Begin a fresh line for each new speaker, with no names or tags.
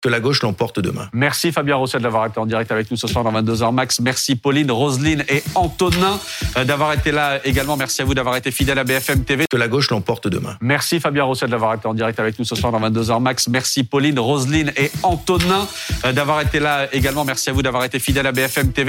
que la gauche l'emporte demain.
Merci Fabien Rosset d'avoir été en direct avec nous ce soir dans 22h max. Merci Pauline, Roselyne et Antonin euh, d'avoir été là également. Merci à vous d'avoir été fidèle à BFM TV.
Que la gauche l'emporte demain.
Merci Fabien Rosset d'avoir été en direct avec nous ce soir dans 22h max. Merci euh, Pauline, Roselyne et Antonin d'avoir été là également. Merci à vous d'avoir été fidèle à BFM TV.